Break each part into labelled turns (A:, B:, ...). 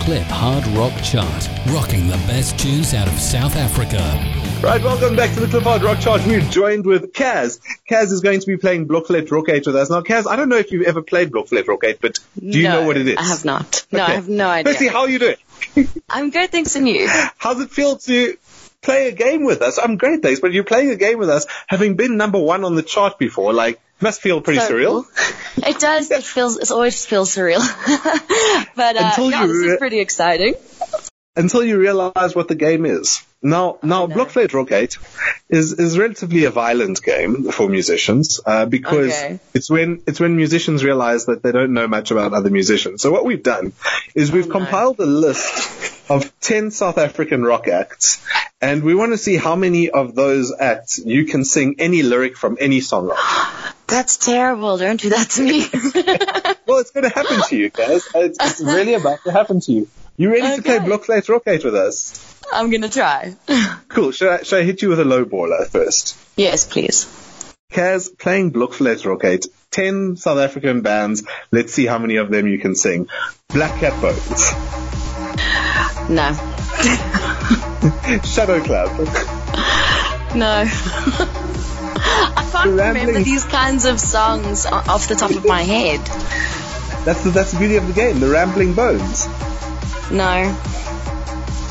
A: Clip Hard Rock Chart, rocking the best tunes out of South Africa.
B: Right, welcome back to the Clip Hard Rock Chart. We're joined with Kaz. Kaz is going to be playing Blocklet Rockate with us. Now, Kaz, I don't know if you've ever played Blocklet Rockate, but do you
C: no,
B: know what it is?
C: I have not. No, I
B: Okay.
C: have no idea.
B: Chrissy, how are you doing?
C: I'm good, thanks, and you?
B: How's it feel to play a game with us? I'm great, thanks, but you're playing a game with us, having been number one on the chart before. Like, must feel pretty
C: So
B: surreal.
C: cool. It does. It feels. It always feels surreal. but uh,
B: Until
C: yeah,
B: you
C: this
B: re-
C: is pretty exciting.
B: until you realize what the game is. Now, now,
C: no.
B: Blockflate Rockate is is relatively a violent game for musicians uh, because
C: Okay.
B: it's when it's when musicians realize that they don't know much about other musicians. So what we've done is we've
C: Oh, no.
B: compiled a list of ten South African rock acts, and we want to see how many of those acts you can sing any lyric from any song. Of.
C: That's terrible. Don't do that to me.
B: Well, it's going to happen to you guys. It's, it's really about to happen to you. You ready to play
C: Okay.
B: Blockflate Rockate with us?
C: I'm gonna try.
B: Cool. Should I, should I hit you with a low baller first?
C: Yes, please.
B: Kaz playing Blockflate Rocket. Ten South African bands. Let's see how many of them you can sing. Black Cat Bones,
C: No.
B: Shadow Club,
C: No. I can't remember
B: Rambling.
C: these kinds of songs o- off the top of my head.
B: that's the, that's the beauty of the game, the Rambling Bones,
C: No.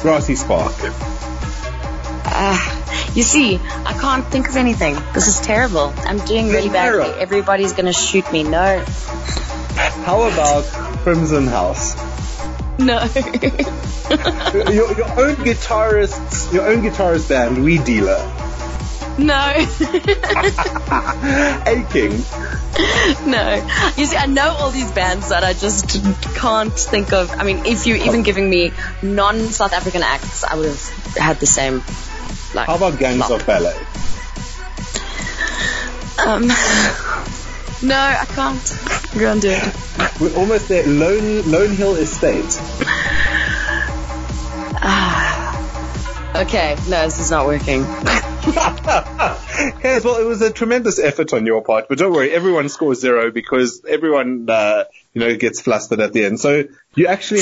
B: Grassy Spark.
C: Uh, you see, I can't think of anything. This is terrible. I'm doing really badly.
B: Sarah.
C: Everybody's gonna shoot me. No.
B: How about Crimson House?
C: No.
B: Your, your own guitarist's, your own guitarist band, We Dealer.
C: no.
B: Aching,
C: no. You see, I know all these bands that I just can't think of. I mean, if you're even giving me non South African acts, I would have had the same. Like,
B: how about Gangs of Ballet?
C: Um, no, I can't. Go and do it.
B: We're almost there. Lone, Lone Hill Estate.
C: Okay, no, this is not working.
B: Yes, well, it was a tremendous effort on your part, but don't worry, everyone scores zero because everyone, uh, you know, gets flustered at the end. So you actually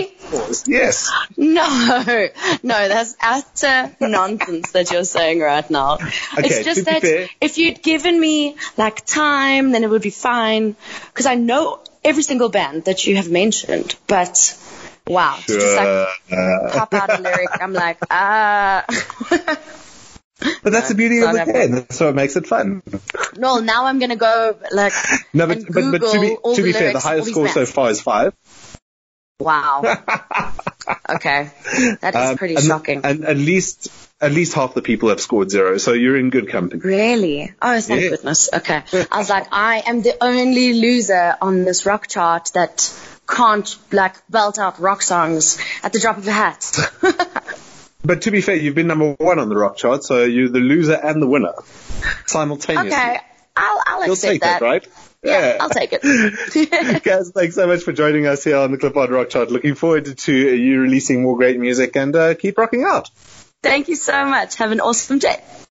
B: have one of the highest scores. Yes.
C: No, no, that's utter nonsense that you're saying right now.
B: Okay,
C: it's just
B: to be
C: that
B: fair-
C: if you'd given me like time, then it would be fine. Because I know every single band that you have mentioned, but wow, it's just like
B: Uh,
C: pop out a lyric. I'm like, ah.
B: but that's the beauty of
C: South
B: the
C: Africa.
B: game. So it makes it fun.
C: no, now I'm gonna go like
B: No, but,
C: and
B: but, but to be,
C: Google all
B: to be
C: the
B: fair, the
C: lyrics of all
B: highest
C: these
B: score so
C: bands.
B: far is five.
C: wow. Okay, that is
B: Um,
C: pretty
B: and-
C: shocking.
B: And at least, at least half the people have scored zero. So you're in good company.
C: Really? Oh, thank
B: Yeah.
C: goodness. Okay. I was like, I am the only loser on this rock chart that can't like belt out rock songs at the drop of a hat.
B: But to be fair, you've been number one on the rock chart. So you're the loser and the winner simultaneously.
C: okay. I'll, I'll
B: You'll
C: accept
B: take that, right?
C: Yeah, I'll take it.
B: Guys, thanks so much for joining us here on the Clipboard Rock Chart. Looking forward to you releasing more great music and uh, keep rocking out.
C: thank you so much. Have an awesome day.